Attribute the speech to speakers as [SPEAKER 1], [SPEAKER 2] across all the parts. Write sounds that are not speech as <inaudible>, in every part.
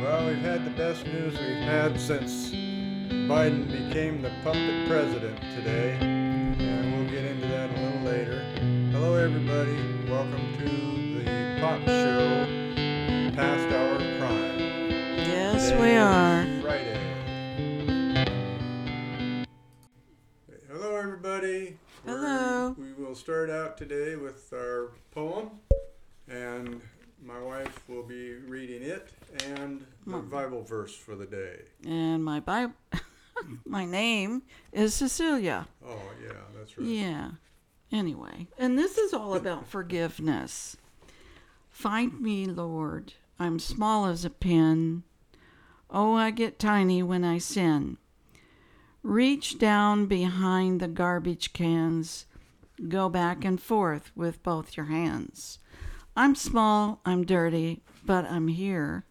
[SPEAKER 1] Well, we've had the best news we've had since Biden became the puppet president today, and we'll get into that a little later. Hello, everybody. Welcome to the pop show, Past Hour Prime.
[SPEAKER 2] Yes,
[SPEAKER 1] Today
[SPEAKER 2] we
[SPEAKER 1] is
[SPEAKER 2] are.
[SPEAKER 1] Friday. Hello, everybody. We're-
[SPEAKER 2] Hello.
[SPEAKER 1] We will start out today with our poem, and my wife will be reading it and the
[SPEAKER 2] Hmm.
[SPEAKER 1] Bible verse for the day.
[SPEAKER 2] And my bi- <laughs> my name is Cecilia.
[SPEAKER 1] Oh, yeah, that's right.
[SPEAKER 2] Yeah. Anyway, and this is all about forgiveness. Find me, Lord. I'm small as a pin. Oh, I get tiny when I sin. Reach down behind the garbage cans. Go back and forth with both your hands. I'm small, I'm dirty, but I'm here.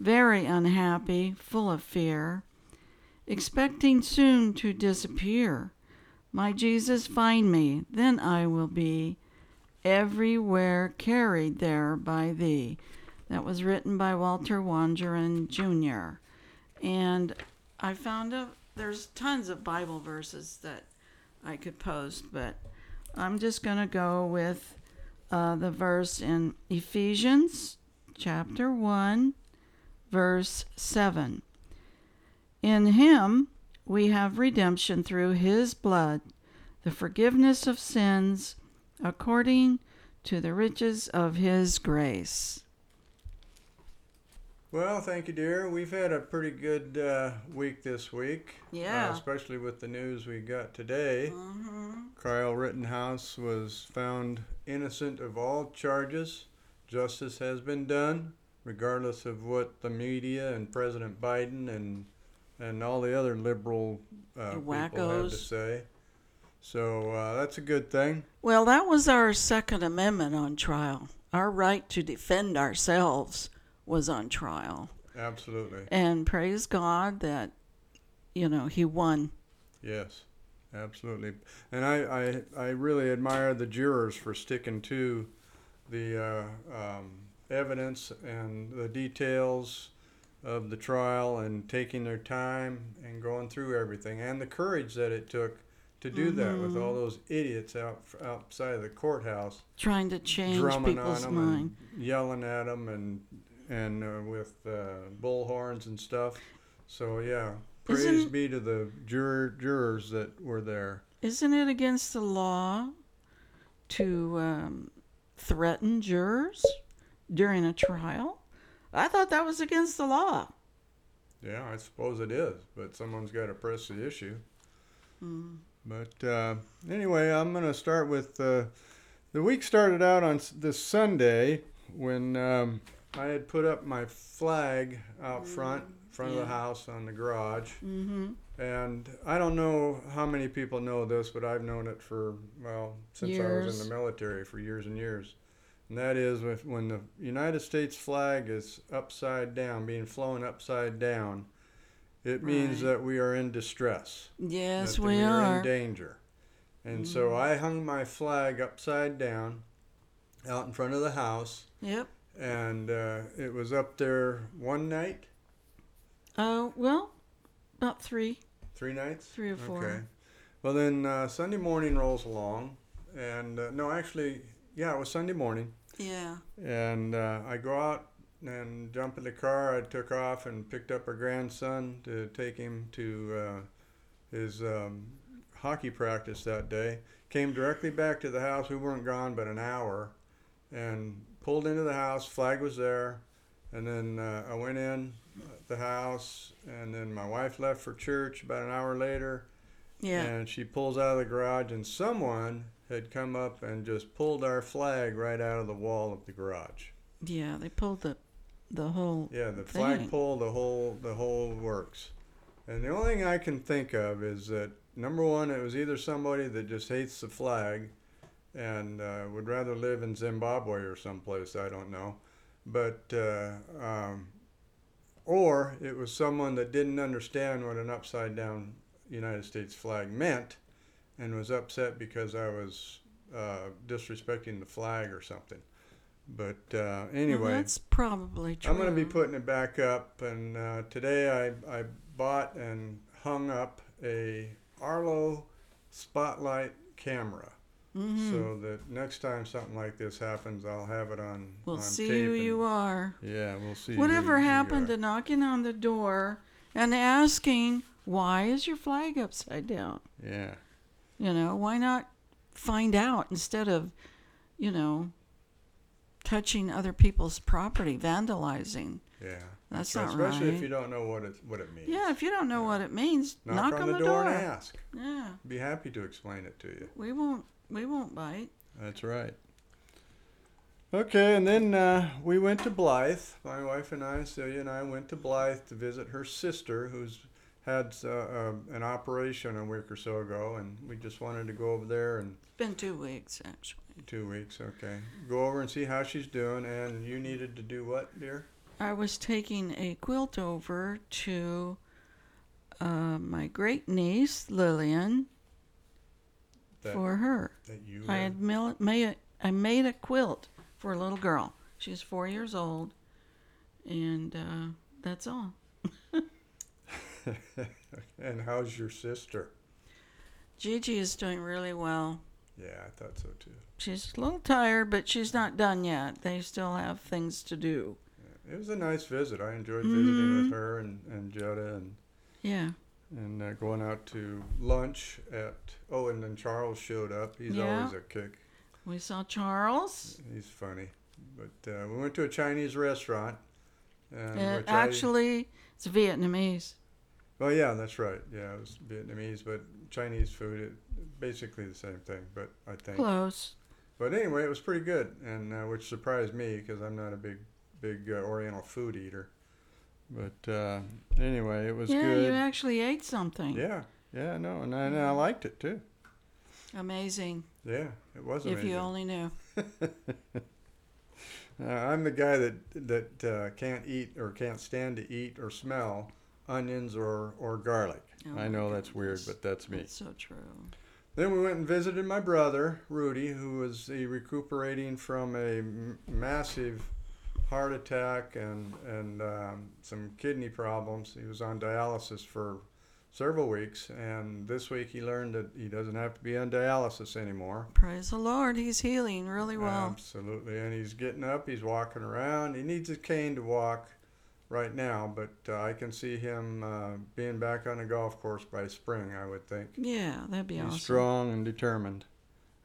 [SPEAKER 2] Very unhappy, full of fear. Expecting soon to disappear. My Jesus, find me, then I will be everywhere carried there by thee. That was written by Walter Wangerin Jr. And I found out there's tons of Bible verses that I could post, but I'm just going to go with uh, the verse in Ephesians chapter 1, verse 7. In him we have redemption through his blood, the forgiveness of sins, according to the riches of his grace.
[SPEAKER 1] Well, thank you, dear. We've had a pretty good uh, week this week. uh,
[SPEAKER 2] Yeah. Mm-hmm.
[SPEAKER 1] especially with the news we got today. Kyle Rittenhouse was found innocent of all charges. Justice has been done, regardless of what the media and President Biden and and all the other liberal uh,
[SPEAKER 2] The
[SPEAKER 1] people have to
[SPEAKER 2] wackos.
[SPEAKER 1] say. So uh, that's a good thing.
[SPEAKER 2] Well, that was our Second Amendment on trial. Our right to defend ourselves was on trial.
[SPEAKER 1] Absolutely.
[SPEAKER 2] And praise God that, you know, he won.
[SPEAKER 1] Yes, absolutely. And I, I, I really admire the jurors for sticking to the uh, um, evidence and the details of the trial and taking their time and going through everything and the courage that it took to do that with all those idiots out outside of the courthouse
[SPEAKER 2] Trying to change
[SPEAKER 1] drumming on
[SPEAKER 2] people's
[SPEAKER 1] them
[SPEAKER 2] mind.
[SPEAKER 1] and yelling at them and and uh, with uh, bullhorns and stuff. So yeah, praise
[SPEAKER 2] Isn't-
[SPEAKER 1] be to the juror, jurors that were there.
[SPEAKER 2] Isn't it against the law to um, threaten jurors during a trial? I thought that was against the law.
[SPEAKER 1] Yeah, I suppose it is, but someone's got to press the issue. But uh, anyway, I'm going to start with uh, the week started out on s- this Sunday when um, I had put up my flag out front, front of
[SPEAKER 2] Mm. yeah.
[SPEAKER 1] the house on the garage.
[SPEAKER 2] Mm-hmm.
[SPEAKER 1] And I don't know how many people know this, but I've known it for, well, since I was in
[SPEAKER 2] Years.
[SPEAKER 1] the military for years and years. And that is if- when the United States flag is upside down, being flown upside down, it means
[SPEAKER 2] Right.
[SPEAKER 1] that we are in distress.
[SPEAKER 2] Yes,
[SPEAKER 1] that
[SPEAKER 2] we
[SPEAKER 1] are in
[SPEAKER 2] are. Mm.
[SPEAKER 1] danger. And so I hung my flag upside down out in front of the house,
[SPEAKER 2] Yep.
[SPEAKER 1] and uh, it was up there one night,
[SPEAKER 2] Uh, well, about three,
[SPEAKER 1] three nights.
[SPEAKER 2] three or four.
[SPEAKER 1] Okay. Well, then uh, Sunday morning rolls along, and uh, no, actually, yeah, it was Sunday morning,
[SPEAKER 2] Yeah.
[SPEAKER 1] and uh, I go out and jump in the car. I took off and picked up our grandson to take him to uh, his um, hockey practice that day. Came directly back to the house. We weren't gone but an hour, and pulled into the house. Flag was there, and then uh, I went in the house, and then my wife left for church about an hour later.
[SPEAKER 2] Yeah.
[SPEAKER 1] And she pulls out of the garage, and someone had come up and just pulled our flag right out of the wall of the garage.
[SPEAKER 2] Yeah. They pulled the, the whole.
[SPEAKER 1] Yeah, the
[SPEAKER 2] thing.
[SPEAKER 1] flagpole, the whole, the whole works. And the only thing I can think of is that number one, it was either somebody that just hates the flag, and uh, would rather live in Zimbabwe or someplace I don't know, but uh, um, or it was someone that didn't understand what an upside down United States flag meant, and was upset because I was uh, disrespecting the flag or something. But uh,
[SPEAKER 2] Well,
[SPEAKER 1] anyway,
[SPEAKER 2] that's probably true.
[SPEAKER 1] I'm going to be putting it back up. And uh, today I, I bought and hung up a Arlo spotlight camera.
[SPEAKER 2] Mhm.
[SPEAKER 1] So that next time something like this happens, I'll have it on.
[SPEAKER 2] we'll
[SPEAKER 1] on
[SPEAKER 2] see
[SPEAKER 1] tape
[SPEAKER 2] who
[SPEAKER 1] and-
[SPEAKER 2] you are.
[SPEAKER 1] Yeah, we'll see. who
[SPEAKER 2] Whatever
[SPEAKER 1] you
[SPEAKER 2] happened
[SPEAKER 1] are.
[SPEAKER 2] to knocking on the door and asking, why is your flag upside down?
[SPEAKER 1] Yeah,
[SPEAKER 2] You know, why not find out instead of, you know, touching other people's property, vandalizing?
[SPEAKER 1] yeah.
[SPEAKER 2] That's
[SPEAKER 1] So
[SPEAKER 2] not
[SPEAKER 1] especially
[SPEAKER 2] right.
[SPEAKER 1] if you don't know what it what it means.
[SPEAKER 2] yeah, if you don't know
[SPEAKER 1] Yeah.
[SPEAKER 2] what it means,
[SPEAKER 1] Knock, on, the, door, and ask.
[SPEAKER 2] Yeah,
[SPEAKER 1] Be happy to explain it to you.
[SPEAKER 2] we won't. We won't bite.
[SPEAKER 1] That's right. Okay, and then uh, we went to Blythe. My wife and I, Celia and I, went to Blythe to visit her sister, who's had uh, uh, an operation a week or so ago, and we just wanted to go over there and
[SPEAKER 2] It's been two weeks actually.
[SPEAKER 1] two weeks. Okay, go over and see how she's doing. And you needed to do what, dear?
[SPEAKER 2] I was taking a quilt over to uh, my great niece Lillian
[SPEAKER 1] That,
[SPEAKER 2] for her.
[SPEAKER 1] that you
[SPEAKER 2] I
[SPEAKER 1] were-
[SPEAKER 2] had mil- made a, I made a quilt for a little girl. She's four years old, and uh, that's all.
[SPEAKER 1] <laughs> and how's your sister?
[SPEAKER 2] Gigi is doing really well.
[SPEAKER 1] Yeah, I thought so too.
[SPEAKER 2] She's a little tired, but she's not done yet. They still have things to do.
[SPEAKER 1] It was a nice visit. I enjoyed
[SPEAKER 2] Mhm.
[SPEAKER 1] visiting with her and and Jetta and
[SPEAKER 2] Yeah.
[SPEAKER 1] and uh, going out to lunch at oh and then charles showed up he's
[SPEAKER 2] Yeah.
[SPEAKER 1] always a kick
[SPEAKER 2] We saw Charles.
[SPEAKER 1] he's funny but uh, we went to a chinese restaurant um,
[SPEAKER 2] Uh,
[SPEAKER 1] which I-
[SPEAKER 2] actually, it's Vietnamese.
[SPEAKER 1] well yeah that's right yeah it was vietnamese but chinese food it, basically the same thing but i think
[SPEAKER 2] Close.
[SPEAKER 1] but anyway it was pretty good and uh, which surprised me because i'm not a big big uh, oriental food eater but uh, anyway it was
[SPEAKER 2] yeah, you
[SPEAKER 1] good
[SPEAKER 2] actually ate something.
[SPEAKER 1] yeah yeah no and I, and I liked it too
[SPEAKER 2] Amazing.
[SPEAKER 1] yeah it was
[SPEAKER 2] If
[SPEAKER 1] amazing.
[SPEAKER 2] you only knew.
[SPEAKER 1] Uh, I'm the guy that that uh, can't eat or can't stand to eat or smell onions or or garlic.
[SPEAKER 2] Oh my
[SPEAKER 1] I know that's weird,
[SPEAKER 2] goodness.
[SPEAKER 1] but that's me.
[SPEAKER 2] That's so true.
[SPEAKER 1] Then we went and visited my brother Rudy, who was uh, recuperating from a m- massive heart attack and and um, some kidney problems. He was on dialysis for several weeks, and this week he learned that he doesn't have to be on dialysis anymore.
[SPEAKER 2] Praise the Lord. He's healing really well.
[SPEAKER 1] Absolutely. And he's getting up, he's walking around. He needs a cane to walk right now, but uh, I can see him uh, being back on the golf course by spring, I would think.
[SPEAKER 2] yeah, that'd be
[SPEAKER 1] he's
[SPEAKER 2] awesome.
[SPEAKER 1] strong and determined.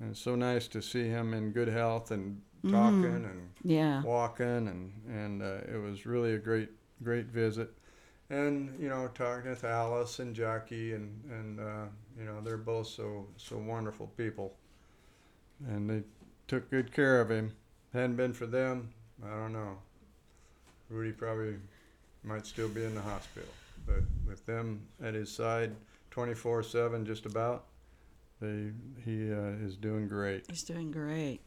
[SPEAKER 1] And it's so nice to see him in good health and
[SPEAKER 2] Mhm.
[SPEAKER 1] talking and
[SPEAKER 2] Yeah.
[SPEAKER 1] walking and and uh, it was really a great great visit and you know talking with alice and jackie and and uh, you know they're both so so wonderful people and they took good care of him hadn't been for them i don't know rudy probably might still be in the hospital but with them at his side 24-7 just about they he uh, is doing great
[SPEAKER 2] He's doing great.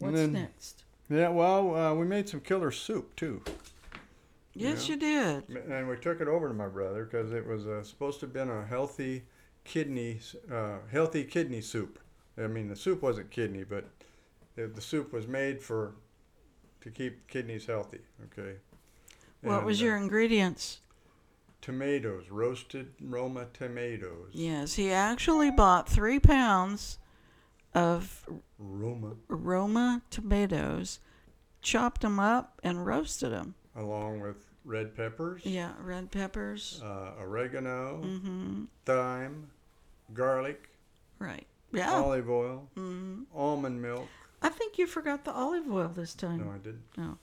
[SPEAKER 1] And
[SPEAKER 2] What's
[SPEAKER 1] then-
[SPEAKER 2] next?
[SPEAKER 1] yeah well uh, we made some killer soup too
[SPEAKER 2] Yes,
[SPEAKER 1] yeah.
[SPEAKER 2] you did.
[SPEAKER 1] And we took it over to my brother because it was uh, supposed to have been a healthy kidney, s- uh, healthy kidney soup. I mean, the soup wasn't kidney, but the, the soup was made for to keep kidneys healthy. Okay.
[SPEAKER 2] What
[SPEAKER 1] And,
[SPEAKER 2] was
[SPEAKER 1] uh,
[SPEAKER 2] your ingredients?
[SPEAKER 1] tomatoes? Roasted Roma tomatoes.
[SPEAKER 2] Yes, he actually bought three pounds of
[SPEAKER 1] Roma,
[SPEAKER 2] Roma tomatoes, chopped them up, and roasted them.
[SPEAKER 1] along with red peppers,
[SPEAKER 2] Yeah, red peppers.
[SPEAKER 1] uh, oregano,
[SPEAKER 2] Mm-hmm.
[SPEAKER 1] thyme, garlic,
[SPEAKER 2] Right. Yeah.
[SPEAKER 1] olive oil,
[SPEAKER 2] hmm
[SPEAKER 1] almond milk.
[SPEAKER 2] I think you forgot the olive oil this
[SPEAKER 1] No,
[SPEAKER 2] time.
[SPEAKER 1] I didn't.
[SPEAKER 2] No.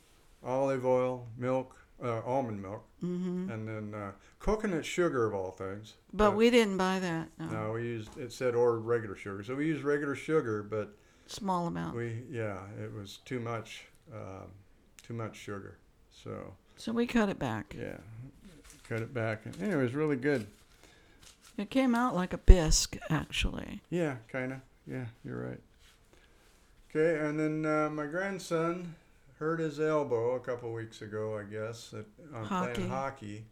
[SPEAKER 1] Olive oil, milk, uh, almond milk.
[SPEAKER 2] hmm
[SPEAKER 1] and then uh, coconut sugar of all things.
[SPEAKER 2] But we didn't buy that. No.
[SPEAKER 1] no, we used it said or regular sugar, so we used regular sugar, but
[SPEAKER 2] Small amount.
[SPEAKER 1] we yeah, it was too much, um, too much sugar. So
[SPEAKER 2] so we cut it back.
[SPEAKER 1] yeah, cut it back. Anyway, it was really good.
[SPEAKER 2] It came out like a bisque, actually.
[SPEAKER 1] Yeah, kind of. Yeah, you're right. Okay, and then uh, my grandson hurt his elbow a couple weeks ago, I guess, at, on
[SPEAKER 2] Hockey.
[SPEAKER 1] playing hockey.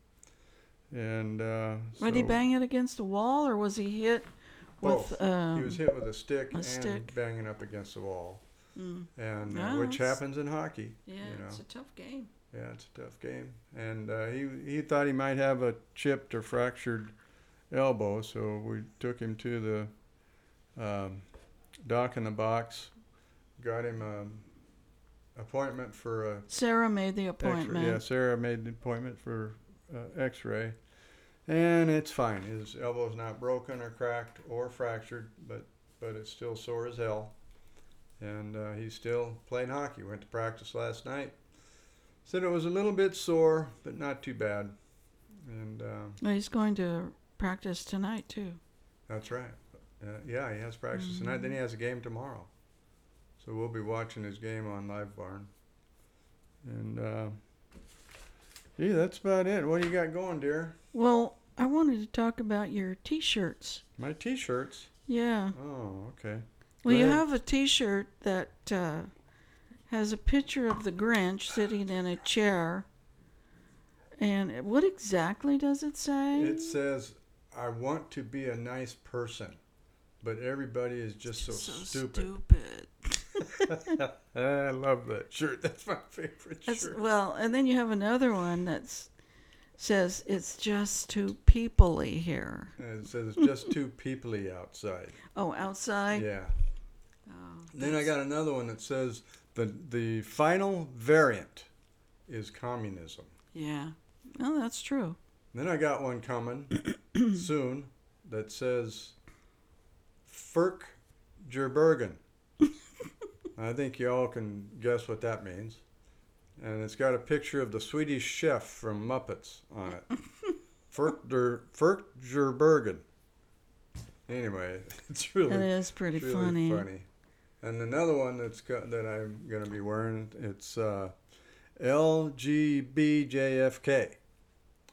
[SPEAKER 1] And uh,
[SPEAKER 2] Did he
[SPEAKER 1] so
[SPEAKER 2] bang it against a wall, or was he hit
[SPEAKER 1] Both.
[SPEAKER 2] with? Um,
[SPEAKER 1] He was hit with a stick
[SPEAKER 2] a
[SPEAKER 1] and
[SPEAKER 2] stick.
[SPEAKER 1] banging up against the wall.
[SPEAKER 2] Mm.
[SPEAKER 1] and uh,
[SPEAKER 2] Yeah,
[SPEAKER 1] which
[SPEAKER 2] it's-
[SPEAKER 1] happens in hockey.
[SPEAKER 2] Yeah,
[SPEAKER 1] you know.
[SPEAKER 2] it's a tough game.
[SPEAKER 1] Yeah, it's a tough game, and uh, he he thought he might have a chipped or fractured elbow, so we took him to the um, doc in the box, got him a appointment for a
[SPEAKER 2] Sarah made the
[SPEAKER 1] X-ray. Yeah,
[SPEAKER 2] appointment.
[SPEAKER 1] Sarah made the appointment for uh, X-ray, and it's fine. His elbow's not broken or cracked or fractured, but but it's still sore as hell, and uh, he's still playing hockey. Went to practice last night. Said it was a little bit sore, but not too bad. And um,
[SPEAKER 2] Well, He's going to practice tonight too.
[SPEAKER 1] that's right. Uh, yeah, he has practice tonight. Then he has a game tomorrow, so we'll be watching his game on Live Barn. And uh, gee, that's about it. What do you got going, dear?
[SPEAKER 2] Well, I wanted to talk about your T-shirts.
[SPEAKER 1] My T-shirts.
[SPEAKER 2] Yeah.
[SPEAKER 1] Oh, okay.
[SPEAKER 2] Well, you
[SPEAKER 1] ahead.
[SPEAKER 2] have a T-shirt that uh, has a picture of the Grinch sitting in a chair. And it- what exactly does it say?
[SPEAKER 1] It says, "I want to be a nice person, but everybody is just so, stupid." Ah,
[SPEAKER 2] stupid.
[SPEAKER 1] I love that shirt. <laughs> That's my favorite
[SPEAKER 2] That's,
[SPEAKER 1] shirt.
[SPEAKER 2] Well, and then you have another one that says it's just too peoply here.
[SPEAKER 1] And it says, "It's just <laughs> too peoply outside."
[SPEAKER 2] Oh, outside.
[SPEAKER 1] yeah.
[SPEAKER 2] Oh,
[SPEAKER 1] Then I got another one that says, "the the final variant is communism."
[SPEAKER 2] yeah. Oh, that's true.
[SPEAKER 1] Then I got one coming soon that says Firk Jerbergen. I think you all can guess what that means. And it's got a picture of the Swedish chef from Muppets on it. Firk, Der, Firk Jerbergen. Anyway, <laughs> it's really
[SPEAKER 2] That is pretty
[SPEAKER 1] it's really
[SPEAKER 2] funny.
[SPEAKER 1] And another one that's go- that I'm going to be wearing it's uh, LGBJFK.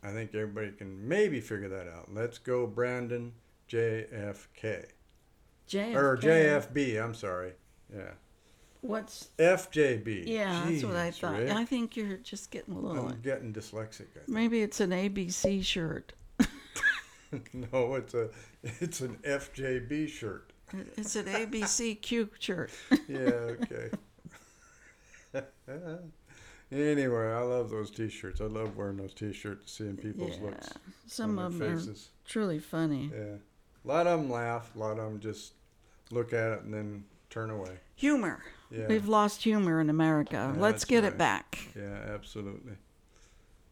[SPEAKER 1] I think everybody can maybe figure that out. Let's go Brandon JFK
[SPEAKER 2] JFK.
[SPEAKER 1] or JFB. I'm sorry. Yeah,
[SPEAKER 2] What's?
[SPEAKER 1] FJB.
[SPEAKER 2] Yeah, that's what I
[SPEAKER 1] Jeez,
[SPEAKER 2] thought.
[SPEAKER 1] Rick. Um,
[SPEAKER 2] I think you're just getting a little.
[SPEAKER 1] I'm getting dyslexic. <laughs> I
[SPEAKER 2] Maybe it's an ABC shirt.
[SPEAKER 1] think. no, it's a it's an FJB shirt.
[SPEAKER 2] It's an ABCQ shirt.
[SPEAKER 1] yeah, okay. <laughs> anyway, I love those T-shirts. I love wearing those T-shirts, seeing people's
[SPEAKER 2] yeah.
[SPEAKER 1] looks
[SPEAKER 2] Some
[SPEAKER 1] on
[SPEAKER 2] of
[SPEAKER 1] their
[SPEAKER 2] them are
[SPEAKER 1] faces.
[SPEAKER 2] truly funny.
[SPEAKER 1] Yeah, a lot of them laugh. A lot of them just look at it and then turn away.
[SPEAKER 2] Humor.
[SPEAKER 1] Yeah,
[SPEAKER 2] We've lost humor in America.
[SPEAKER 1] Yeah,
[SPEAKER 2] Let's
[SPEAKER 1] that's
[SPEAKER 2] get
[SPEAKER 1] right.
[SPEAKER 2] it back.
[SPEAKER 1] yeah, absolutely,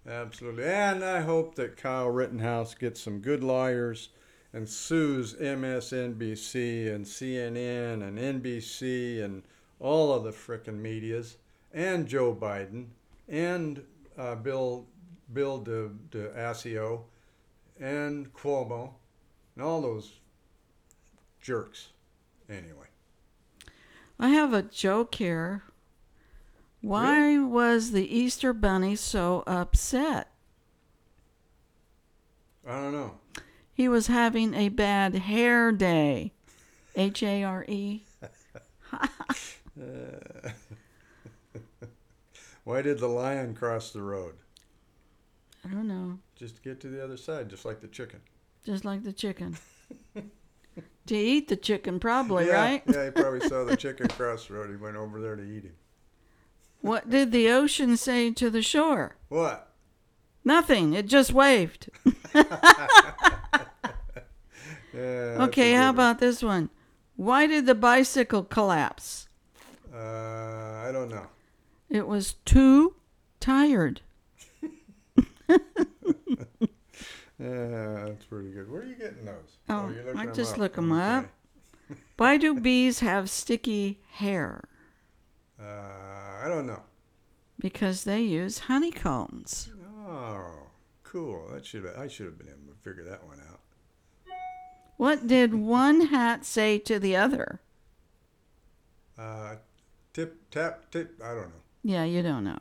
[SPEAKER 1] absolutely. And I hope that Kyle Rittenhouse gets some good lawyers and sues MSNBC and CNN and NBC and all of the frickin' medias and Joe Biden and uh, Bill Bill De, DeAsio and Cuomo and all those jerks. Anyway,
[SPEAKER 2] I have a joke here. Why was the Easter Bunny so upset?
[SPEAKER 1] I don't know.
[SPEAKER 2] He was having a bad hair day. H A R E.
[SPEAKER 1] Uh, Why did the lion cross the road?
[SPEAKER 2] I don't know.
[SPEAKER 1] Just to get to the other side, just like the chicken.
[SPEAKER 2] Just like
[SPEAKER 1] <laughs>
[SPEAKER 2] the chicken. to eat the chicken, probably,
[SPEAKER 1] yeah,
[SPEAKER 2] right?
[SPEAKER 1] yeah, he probably saw the chicken cross the road. He went over there to eat him.
[SPEAKER 2] What did the ocean say to the shore?
[SPEAKER 1] What?
[SPEAKER 2] Nothing. It just waved.
[SPEAKER 1] Yeah, that's a
[SPEAKER 2] okay, how
[SPEAKER 1] good one.
[SPEAKER 2] about this one? Why did the bicycle collapse?
[SPEAKER 1] Uh, I don't know.
[SPEAKER 2] It was too tired.
[SPEAKER 1] Yeah, that's pretty good. Where are you getting those?
[SPEAKER 2] Oh,
[SPEAKER 1] you're
[SPEAKER 2] I
[SPEAKER 1] looking 'em
[SPEAKER 2] just
[SPEAKER 1] up.
[SPEAKER 2] look 'em up.
[SPEAKER 1] Okay.
[SPEAKER 2] Why do bees have sticky hair?
[SPEAKER 1] Uh, I don't know.
[SPEAKER 2] Because they use honeycombs.
[SPEAKER 1] Oh, cool. That should I should have been able to figure that one out.
[SPEAKER 2] What did one hat say to the other?
[SPEAKER 1] Uh, tip tap tip. I don't know.
[SPEAKER 2] Yeah, you don't know.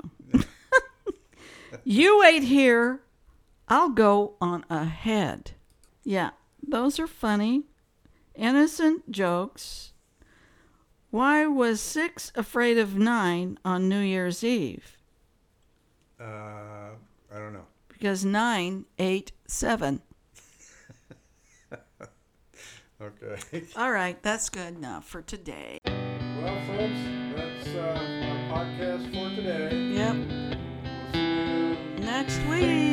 [SPEAKER 2] <laughs> you wait here. I'll go on ahead. Yeah, those are funny, innocent jokes. Why was six afraid of nine on New Year's Eve?
[SPEAKER 1] Uh, I don't know.
[SPEAKER 2] Because nine ate seven.
[SPEAKER 1] Okay.
[SPEAKER 2] All right, that's good enough for today.
[SPEAKER 1] <laughs> Well, folks, that's uh, my podcast for today.
[SPEAKER 2] Yep.
[SPEAKER 1] We'll see you
[SPEAKER 2] Next week.